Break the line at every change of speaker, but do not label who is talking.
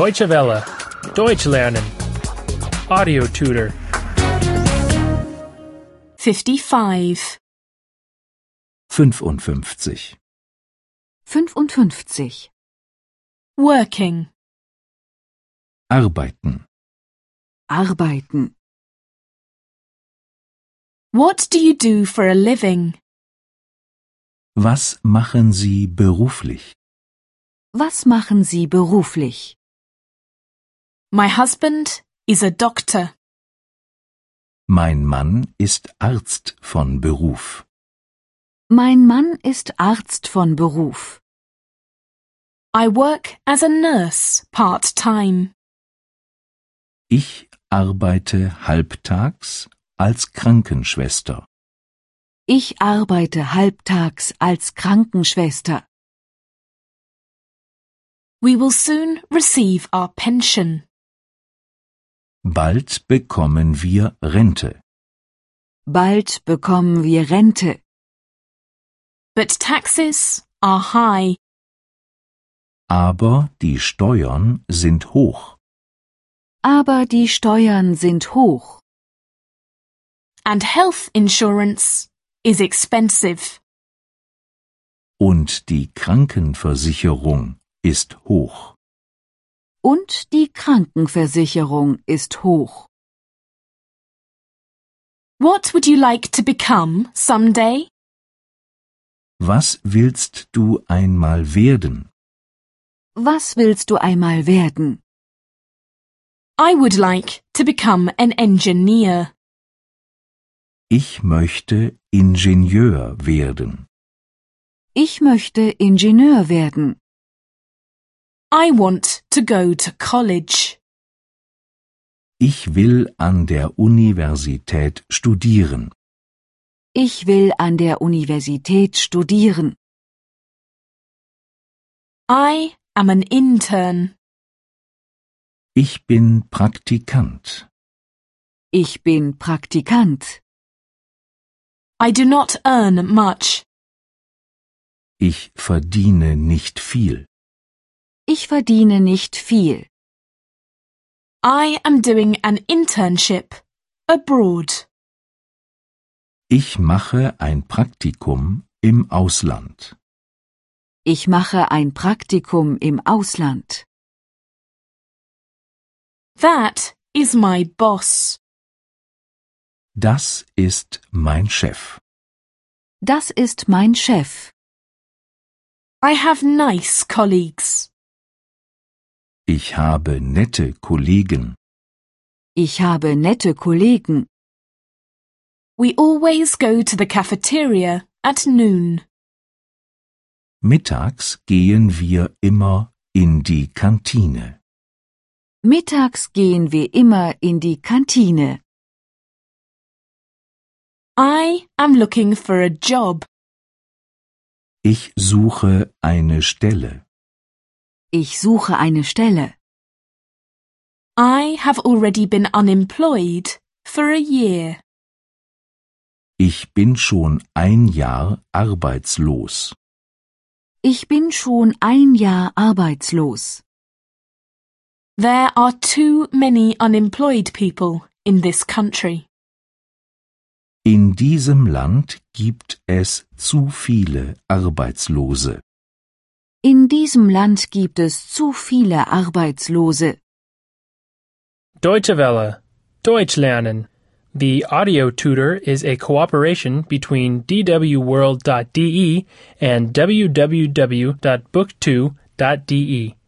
Deutsche Welle. Deutsch lernen. Audio tutor.
55.
55.
55.
Working.
Arbeiten.
Arbeiten.
What do you do for a living?
Was machen Sie beruflich?
Was machen Sie beruflich?
My husband is a doctor.
Mein Mann ist Arzt von Beruf.
Mein Mann ist Arzt von Beruf.
I work as a nurse part-time.
Ich arbeite halbtags als Krankenschwester.
Ich arbeite halbtags als Krankenschwester.
We will soon receive our pension.
Bald bekommen wir Rente.
Bald bekommen wir Rente,
But taxes are high.
Aber die Steuern sind hoch.
aber die Steuern sind hoch
And health insurance is expensive.
Und die Krankenversicherung ist hoch.
und die Krankenversicherung ist hoch.
What would you like to become someday?
Was willst du einmal werden?
Was willst du einmal werden?
I would like to become an engineer.
Ich möchte Ingenieur werden.
Ich möchte Ingenieur werden.
I want to go to college.
Ich will an der Universität studieren.
Ich will an der Universität studieren.
I am an intern.
Ich bin Praktikant.
Ich bin Praktikant.
I do not earn much.
Ich verdiene nicht viel.
Ich verdiene nicht viel.
I am doing an internship abroad.
Ich mache ein Praktikum im Ausland.
Ich mache ein Praktikum im Ausland.
That is my boss.
Das ist mein Chef.
Das ist mein Chef.
I have nice colleagues.
Ich habe nette Kollegen.
Ich habe nette Kollegen.
We always go to the cafeteria at noon.
Mittags gehen wir immer in die Kantine.
Mittags gehen wir immer in die Kantine.
I am looking for a job.
Ich suche eine Stelle.
Ich suche eine Stelle.
I have already been unemployed for a year.
Ich bin schon ein Jahr arbeitslos.
Ich bin schon ein Jahr arbeitslos.
There are too many unemployed people in this country.
In diesem Land gibt es zu viele Arbeitslose.
In diesem Land gibt es zu viele Arbeitslose.
Deutsche Welle. Deutsch lernen. The audio tutor is a cooperation between E dwworld.de and www.book2.de.